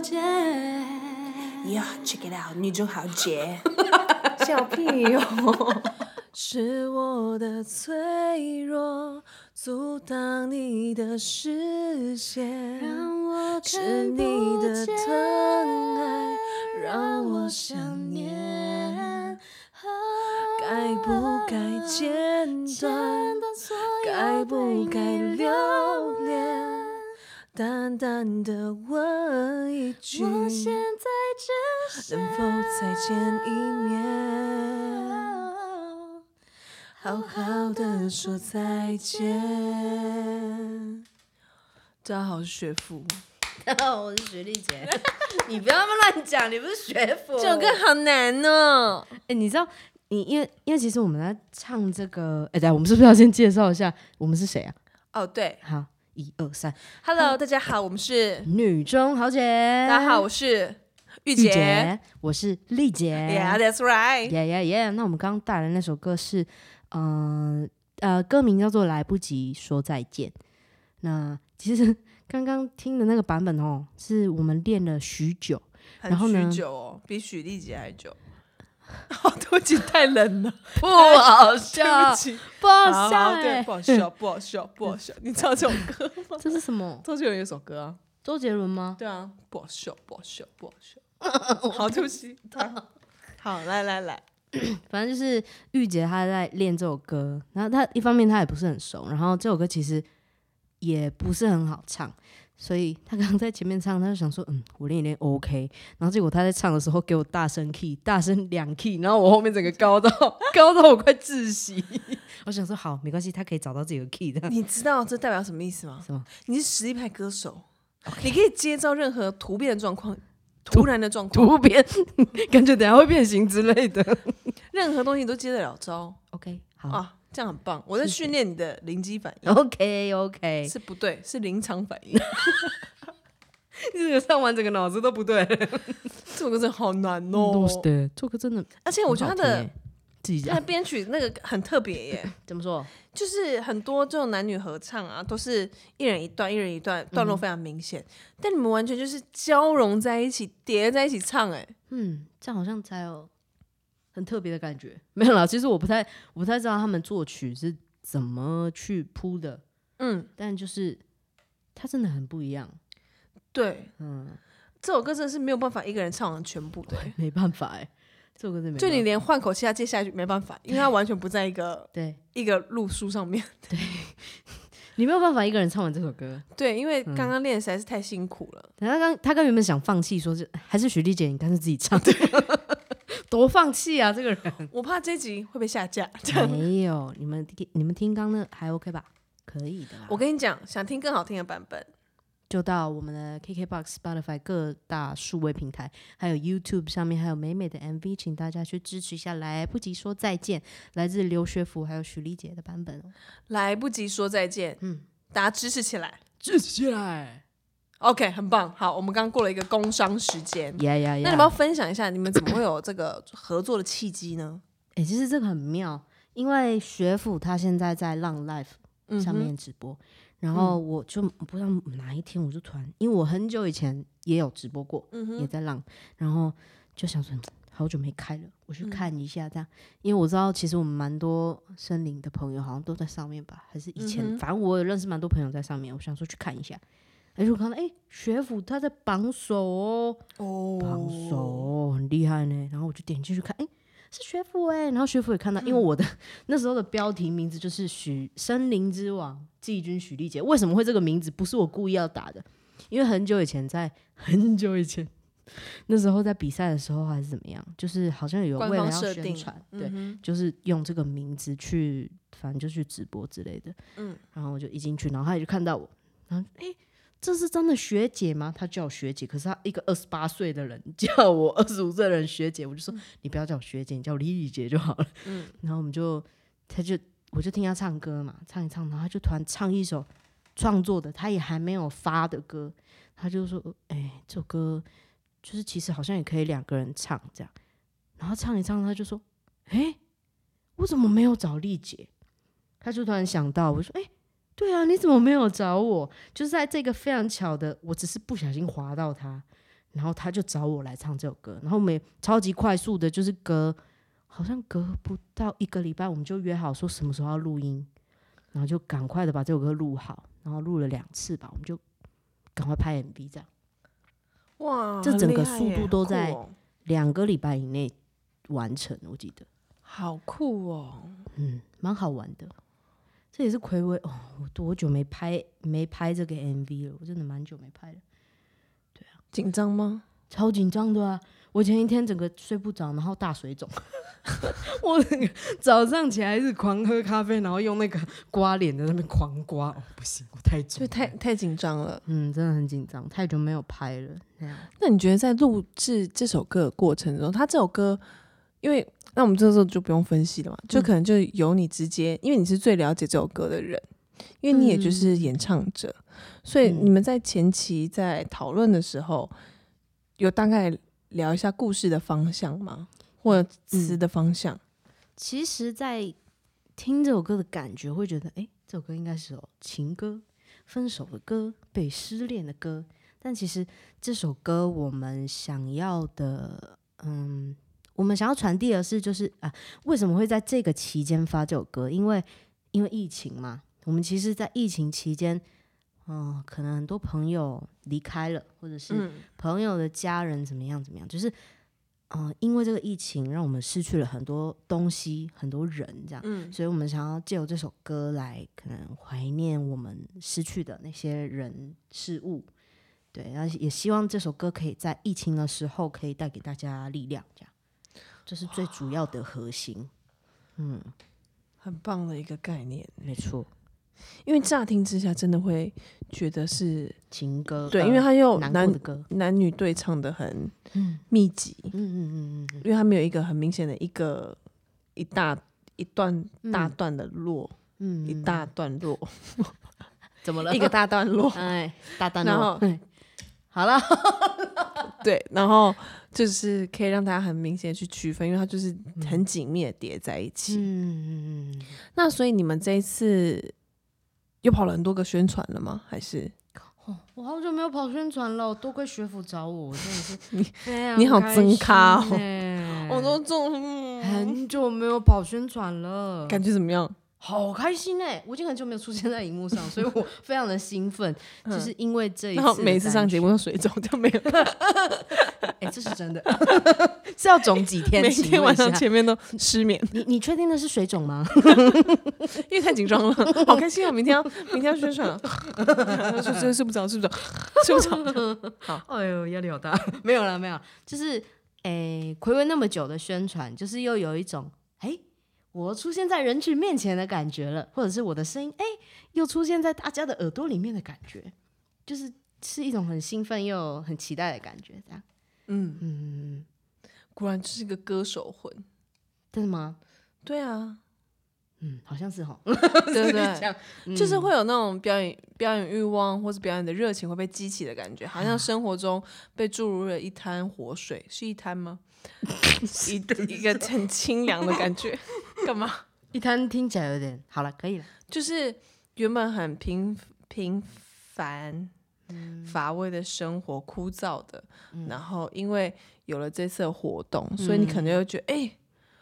姐。 Yeah，check it out，女中豪杰。 笑屁哦哟！ 是我的脆弱阻挡你的视线，让我是看你不的见疼爱让我想想念念。啊该不该剪剪断？断所有该不对该你留留恋？淡淡的问一句，我现能在只是否再见一面？哦好好的说再见。大家好，我是学富。哦我是学丽姐， 你不要那么乱讲，你不是学府。这首歌好难哦。哎、你知道，你因为因为其实我们在唱这个，哎、对，我们是不是要先介绍一下我们是谁啊？哦，对好，一二三， ，Hello，大家好，我们是女中豪杰，大家好，我是玉玉洁。，我是丽杰， Yeah，that's right。耶耶耶！那我们刚刚带来那首歌是，嗯呃歌名叫做《来不及说再见》。那其实 刚刚听的那个版本哦，是我们练了许久，然后很呢许久哦，比许丽姐还久。 哦，对不起，太冷了，不好 对不起。不好好笑、好对，欸不。好笑，不好笑，不好笑。你知道这首歌吗？这是什 么？周杰伦有一首歌啊，周杰伦吗？对啊，不好笑，不好笑，不好 笑。好，对不起，好 好，来来来，反正就是玉洁她在练这首歌，然后她一方面她也不是很熟，然后这首歌其实也不是很好唱，所以她刚刚在前面唱，她就想说，嗯，我练一练 OK，然后结果她在唱的时候给我大声 key，大声两 key，然后我后面整个高到高到我快窒息， 我想说好没关系，她可以找到自己的 key 的，你知道这代表什么意思吗？什么？你是实力派歌手，你可以接招任何突变的状况。突然的状况，突变，感觉等下会变形之类的。任何东西你都接得了招 OK，好啊，这样很棒。我在训练你的灵机反应， ，OK OK，是不对，是临场反应。 这个唱完整个脑子都不对。这首歌真的好难哦都，是的，这首歌真的而且我觉得很他好的听耶自己那讲编曲那个很特别耶， 怎么说？就是很多这种男女合唱啊，都是一人一段，一人一段，段嗯落非常明显。但你们完全就是交融在一起，叠在一起唱，哎，嗯，这样好像才有很特别的感觉。 没有啦，其实我不太我不太知道他们作曲是怎么去铺的，嗯，但就是它真的很不一样。对，嗯，这首歌真的是没有办法一个人唱完全部的，没办法哎、这首歌真的没就你办法连换口气，他接下去没办法，因为他完全不在一个 对一个路数上面。你没有办法一个人唱完这首歌。 对，因为刚刚练实在是太辛苦了，等他刚他刚原本想放弃，说是还是许丽姐，你干脆自己唱。 多放弃啊，这个人我怕这集会被下 架。没有。你们听你们听刚那还 OK 吧？可以的啦。我跟你讲，想听更好听的版本，就到我们的 KKBOX、Spotify 各大数位平台，还有 YouTube 上面，还有美美的 MV，请大家去支持一下。来不及说再见，来自刘学福还有许丽姐的版本哦，来不及说再见，嗯嗯，大家支持起来。支持起来！ OK，很棒。好，我们刚过了一个工商时间。呀呀呀！那你们要分享一下，你们怎么会有这个合作的契机呢？哎、其实这个很妙，因为学府他现在在浪嗯 Life 上面直播，然后我就不知道哪一天我就突然，因为我很久以前也有直播过，也在浪，然后就想说好久没开了，我去看一下这样，因为我知道其实我们蛮多森林的朋友好像都在上面吧，还是以前，反正我有认识蛮多朋友在上面，我想说去看一下。而且我看到，哎、学府他在榜首哦，哦榜首很厉害呢。然后我就点进去看，哎、是学府哎、然后学府也看到，因为嗯我的、那时候的标题名字就是许森林之王季军许丽杰，为什么会这个名字？不是我故意要打的，因为很久以前在很久以前。那时候在比赛的时候还是怎么样，就是好像有官为了方要设宣定传，对，就是用这个名字去，反正就去直播之类的。嗯，然后我就一进去，然后他也就看到我，然后诶，这是真的学姐吗？他叫我学姐，可是他一个二十八岁的人叫我 二十五岁的人学姐，我就说、你不要叫我学姐，你叫我丽丽姐就好了。嗯，然后我们就，他就我就听他唱歌嘛，唱一唱，然后他就突然唱一首创作的，他也还没有发的歌，他就说，哎、这首歌就是其实好像也可以两个人唱这样，然后唱一唱，他就说，哎、我怎么没有找丽姐？他就突然想到，我说，哎、对啊，你怎么没有找我？就是在这个非常巧的，我只是不小心滑到他，然后他就找我来唱这首歌，然后我们也超级快速的，就是隔好像隔不到一个礼拜，我们就约好说什么时候要录音，然后就赶快的把这首歌录好，然后录了两次吧，我们就赶快拍 MV 这样。哇，这很整厉个害速耶度好都酷在哦两个礼拜以内完成，我记得，好酷哦！嗯，蛮好玩的。这也是葵违哦，我多久没拍没拍这个 MV 了？我真的蛮久没拍了，紧张吗？超紧张的啊！我前一天整个睡不着，然后大水肿， 我整个早上起来是狂喝咖啡，然后用那个刮脸的那边狂刮，哦，不行，我太就肿了，太太紧张了。嗯，真的很紧张，太久没有拍了，那样那你觉得在录制这首歌的过程中，他这首歌，因为那我们这时候就不用分析了嘛，就可能就由你直接，因为你是最了解这首歌的人，因为你也就是演唱者，所以嗯你们在前期在讨论的时候，有大概聊一下故事的方向吗？或者词的方向？其实，在听这首歌的感觉，会觉得，诶，这首歌应该是首情歌，分手的歌，被失恋的歌。但其实这首歌我们想要的，嗯，我们想要传递的是，就是啊，为什么会在这个期间发这首歌？因为因为疫情嘛，我们其实，在疫情期间，嗯、可能很多朋友离开了，或者是嗯朋友的家人怎么样怎么样，就是，嗯、因为这个疫情，让我们失去了很多东西，很多人这样，嗯所以我们想要借由这首歌来，可能怀念我们失去的那些人事物，对，然后也希望这首歌可以在疫情的时候可以带给大家力量，这样，这是最主要的核心，嗯，很棒的一个概念，没错，因为乍听之下真的会觉得是情歌，对，呃因为他又难男过的歌，男女对唱的很嗯密集，嗯嗯嗯嗯因为它没有一个很明显的一个一大一段嗯大段的落，嗯，一大段 落，怎么 了？，一个大段落 哎，大胆然哦后，哎 好了。对，然后就是可以让大家很明显地去区分，因为它就是很紧密的叠在一起。嗯，嗯嗯那所以你们这一次又跑了很多个宣传了吗？还是哦，我好久没有跑宣传了，多亏学府找我，我真的是非常 你好开增咖心哦欸我都中很久没有跑宣传了，感觉怎么样？好开心哎、我已经很久没有出现在荧幕上，所以我 非常的兴奋，就是因为这一次嗯然的单后曲，每次上节目都水肿，就 没有哎、这是真的， 是要肿几天？ 每请天问晚一上下前面都失眠，你你确定那是水肿吗？因为太紧张了， 好开心啊！明天要明天要宣 传了，睡睡睡不着，睡不着， 睡不着。哎呦，压力好大。 没有了，没有啦，就是诶，暌违那么久的宣传，就是又有一种诶，我出现在人群面前的感觉了，或者是我的声音诶，又出现在大家的耳朵里面的感觉，就是是一种很兴奋又很期待的感觉，这样。嗯，嗯，果然就是个歌手魂。真的吗？对 啊，嗯，好像是哈，对不对？样就是会有那种表演表演欲望或是表演的热情会被激起的感觉，好像生活中被注入了一滩活水，是一滩 吗？一一个很清凉的感觉，干嘛？一摊听起来有点好了，可以了。就是原本很平平凡、嗯乏味的生活，枯燥的，然后因为有了这次的活动，嗯所以你可能会觉得，哎、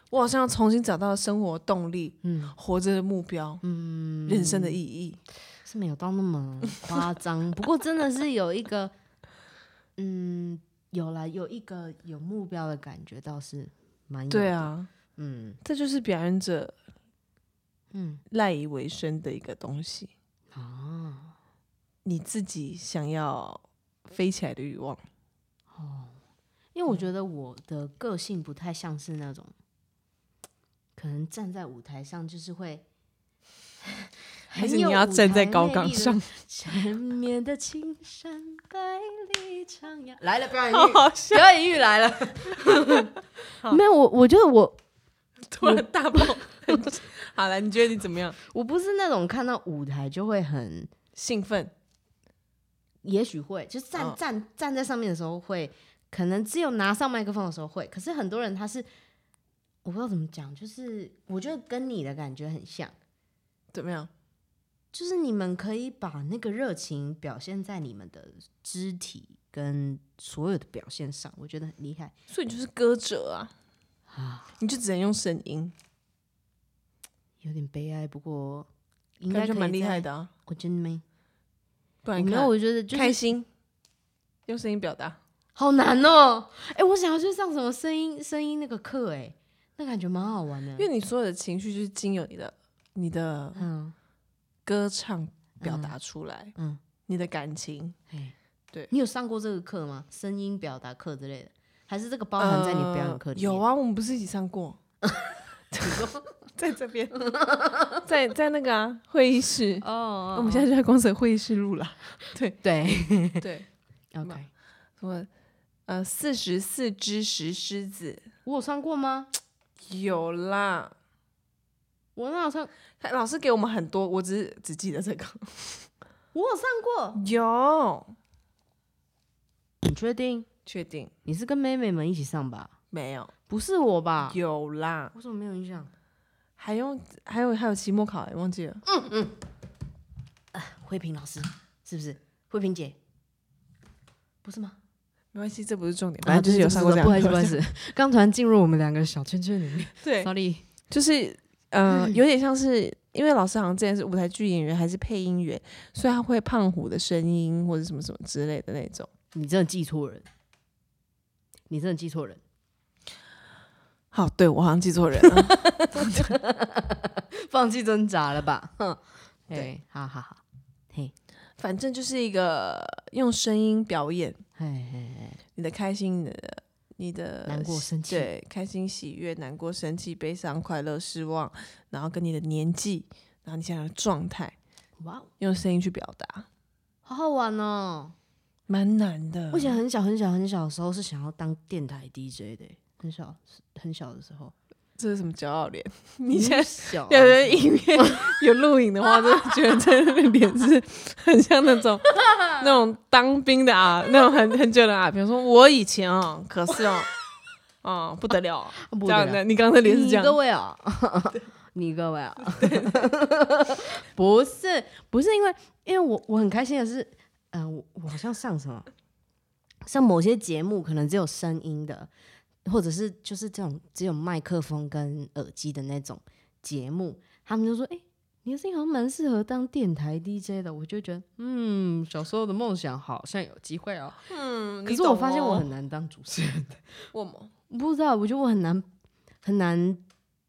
我好像要重新找到生活动力，嗯活着的目标，嗯，人生的意义。是没有到那 么夸张，不过真的是有一个，嗯，有啦，有一个有目标的感觉，倒是蛮有对的，啊，嗯这就是表演者嗯赖以为生的一个东西，啊你自己想要飞起来的欲望。哦，因为我觉得我的个性不太像是那种，可能站在舞台上就是会 还很是有你要舞站在台高魅岗力的上，缠绵的青山百里长呀，来了表演好 欲，好笑！表演欲来 了。 没有我，我觉得我突然大 爆。好了，你觉得你怎么样？我不是那种看到舞台就会很，兴奋？也许会，就站、嗯站站在上面的时候会，可能只有拿上麦克风的时候会。可是很多人他是，我不知道怎么讲，就是我觉得跟你的感觉很像，怎么样？就是你们可以把那个热情表现在你们的肢体跟所有的表现上，我觉得很厉害所以你就是歌者啊，啊，你就只能用声音，有点悲哀，不过应该感觉可以蛮厉在害。的啊。我真的没，不我然你没有，看我觉得就开是心，用声音表达。好难哦。哎、我想要去上什么声音声音那个课，哎，那感觉蛮好玩的。因为你所有的情绪就是经由你的你的嗯，歌唱表达出来，嗯你的感情，哎，对你有上过这个课吗？声音表达课之类的，还是这个包含在你表演课呃里面？有，啊，我们不是一起上 过，在这边， 在在那个啊会议室，哦哦，我们现在就在光泽会议室录了，对对 对， ，OK，什么呃四十四只石狮子我有上过吗？有啦。我那有上，他老师给我们很多，我只是只记得这个。我有上过。 有，你确定？确定你是跟妹妹们一起上吧？没有？不是我吧？有啦，我怎么没有印象？还用还有还有期末考、欸，忘记了。慧萍老师是不是？慧萍姐，不是吗？没关系，这不是重点，啊反正就是有不是上过这样不的好意课。思，不好意思， 刚突然进入我们两个小圈圈里面对， ，sorry。就是呃，有点像是因为老师好像之前是舞台剧演员还是配音员，所以他会胖虎的声音或者什么什么之类的那种。你真的记错人，你真的记错人。好，对我好像记错 人了。放弃挣扎了吧？哼，对对，好好好，反正就是一个用声音表演嘿嘿嘿，你的开心，你的你的难过生气对，开心、喜悦、难过、生气、悲伤、快乐、失望，然后跟你的年纪，然后你现在的状态，哇哦，用声音去表达，好好玩哦！蛮难的。我以前很小很小很小的时候是想要当电台 DJ 的，很小很小的时候，这是什么骄傲脸？ 你现在很 小啊有人影片 有录影的话，就觉得真的脸是很像那 种那种当兵的啊，那种很很久的啊。比如说我以前啊，可是哦，啊不得了啊， 不这样得的。了，你刚刚的脸是这你各样，位啊， 你各位啊，不是不是因为因为我我很开心的是，嗯、我我好像上什么上某些节目可能只有声音的，或者是就是这种只有麦克风跟耳机的那种节目，他们就说哎。你的声音好像蛮适合当电台 DJ 的，我就觉得，嗯，小时候的梦想好像有机会哦。嗯可是我发现哦我很难当主持人，我吗？我不知道，我觉得我很难很难，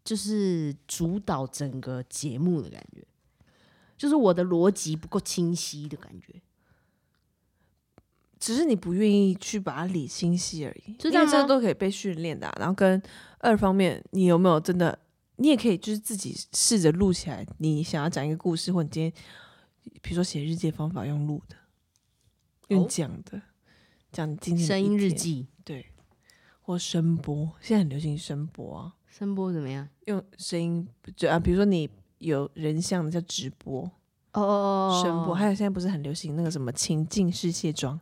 就是主导整个节目的感觉，就是我的逻辑不够清晰的感觉。只是你不愿意去把它理清晰而已，知因道为这吗都可以被训练的啊、然后跟二方面，你有没有真的，你也可以就是自己试着录起来，你想要讲一个故事，或你今天比如说写日记的方法用录的，用哦讲的，讲你今天的声一音日天记对，或声波，现在很流行声波啊，声波怎么样？用声音就啊，比如说你有人像的叫直播哦哦哦，声波，哦还有现在不是很流行那个什么情境式卸妆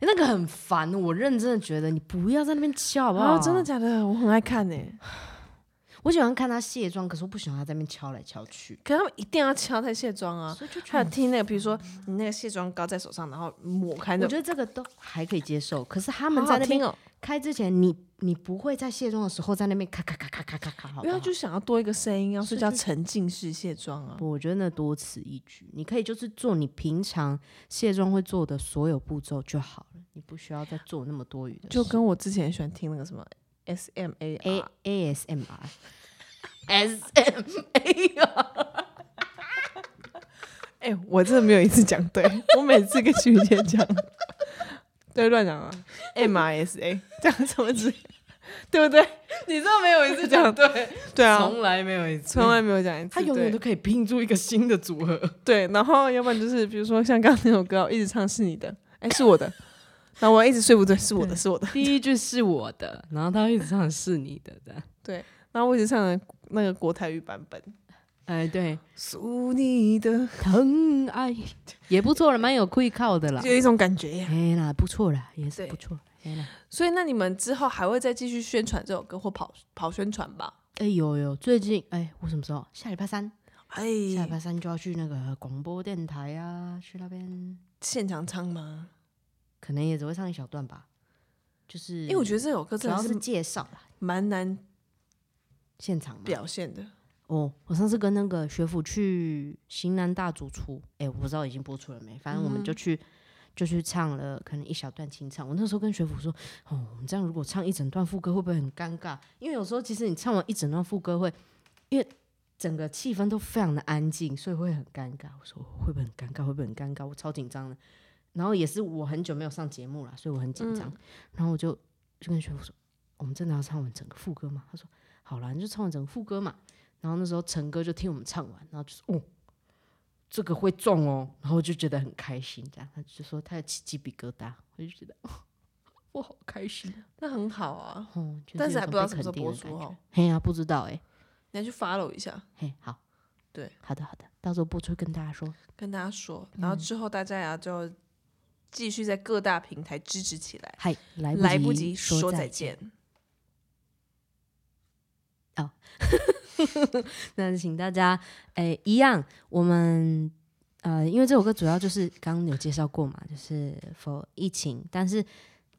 诶那个很烦，我认真的觉得你不要在那边敲好不好？啊，真的，假的？我很爱看呢、我喜欢看他卸妆，可是我不喜欢他在那边敲来敲去，可他们一定要敲在卸妆啊，所以就觉还得有听那个，比如说你那个卸妆膏在手上，然后抹开我那觉种，得这个都还可以接受，可是他他们在那边哦，开之前，你你不会在卸妆的时候在那边咔咔咔咔咔咔咔，好因不为好他？就想要多一个声音啊，是所以叫沉浸式卸妆啊。我觉得那多此一举，你可以就是做你平常卸妆会做的所有步骤就好了，你不需要再做那么多余的事。就跟我之前喜欢听那个什么 S M A A R， A S M R S M A 哦 R，哎、我真的没有一次讲 对，我每次跟徐姐讲，对乱 讲啊，M R S A 这样怎么字，对不对？你知道没有一次讲 对，对啊，来没有一次从来没有讲一次，他永远对都可以拼出一个新的组合。对，然后要不然就是比如说像刚刚那首歌，我一直唱是你的，哎、是我的，然后我一直睡不着，是我的，是我的，第一句是我的，然后他一直唱是你的的。对，然后我一直唱的那个国台语版本，哎， 对，属你的，疼爱也不错了，蛮有愧靠的啦就。有一种感觉耶。哎啦，不错啦，也是对不错。哎啦。所以那你们之后还会再继续宣传这首歌或跑跑宣传吧？哎、有有，最近哎、我什么时候？下礼拜三，哎、嘿，下礼拜三就要去那个广播电台啊，去那边现场唱吗？可能也只会唱一小段吧。就是，哎因为我觉得这首歌主真要的是是介绍啦，蛮难现场嘛。表现的。哦，我上次跟那个学府去新南大主厨，哎、我不知道已经播出了没，反正我们就去、就去唱了，可能一小段清唱。我那时候跟学府说，哦，我们这样如果唱一整段副歌会不会很尴尬？因为有时候其实你唱完一整段副歌会，因为整个气氛都非常的安静，所以会很尴尬。我说会不会很尴尬？会不会很尴尬？我超紧张的。然后也是我很久没有上节目了，所以我很紧张。然后我就就跟学府说，我们真的要唱完整个副歌吗？他说好啦，你就唱完整个副歌嘛。然后那时候陈哥就听我们唱完，然后就说：“哦，这个会中哦。”然后我就觉得很开心，这样他就说他有起鸡皮疙瘩，我就觉得、哦、我好开心那很好啊，哦。就是但是有还种不知道什么被时候肯定播的出感觉哦。嘿呀、不知道哎、你要去 follow 一下，嘿，好，对，好的好的，到时候播出跟大家说。跟大家说，然后之后大家也要就继续在各大平台支持起来。嗨，来来不不及及说再再。见， 那请大家，诶、一样，我们呃，因为这首歌主要就是刚刚有介绍过嘛，就是否疫情，但是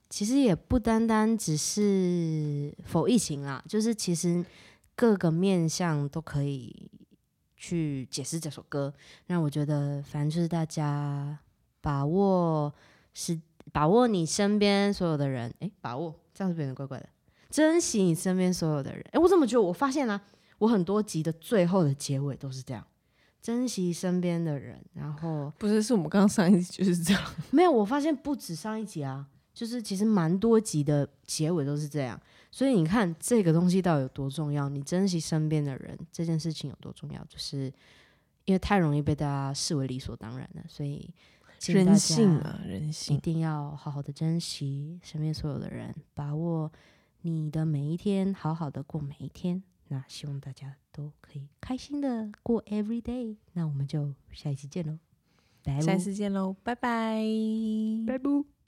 其实也不单单只是否疫情啦，就是其实各个面向都可以去解释这首歌。那我觉得，反正就是大家把握是把握你身边所有的人，诶、把握这样子变得怪怪的。珍惜你身边所有的人。诶，我怎么觉得？我发现啊，我很多集的最后的结尾都是这样，珍惜身边的人。然后不是，是我们刚刚上一集就是这 样。没有，我发现不止上一集啊，就是其实蛮多集的结尾都是这样。所以你看这个东西到底有多重要？你珍惜身边的人这件事情有多重要？就是因为太容易被大家视为理所当然了，所以请大人家性啊，人一性。定要好好的珍惜身边所有的人，把握你的每一天，好好的过每一天。那希望大家都可以开心的过 every day。那我们就下一期见喽，拜下拜次见喽，拜拜。拜拜。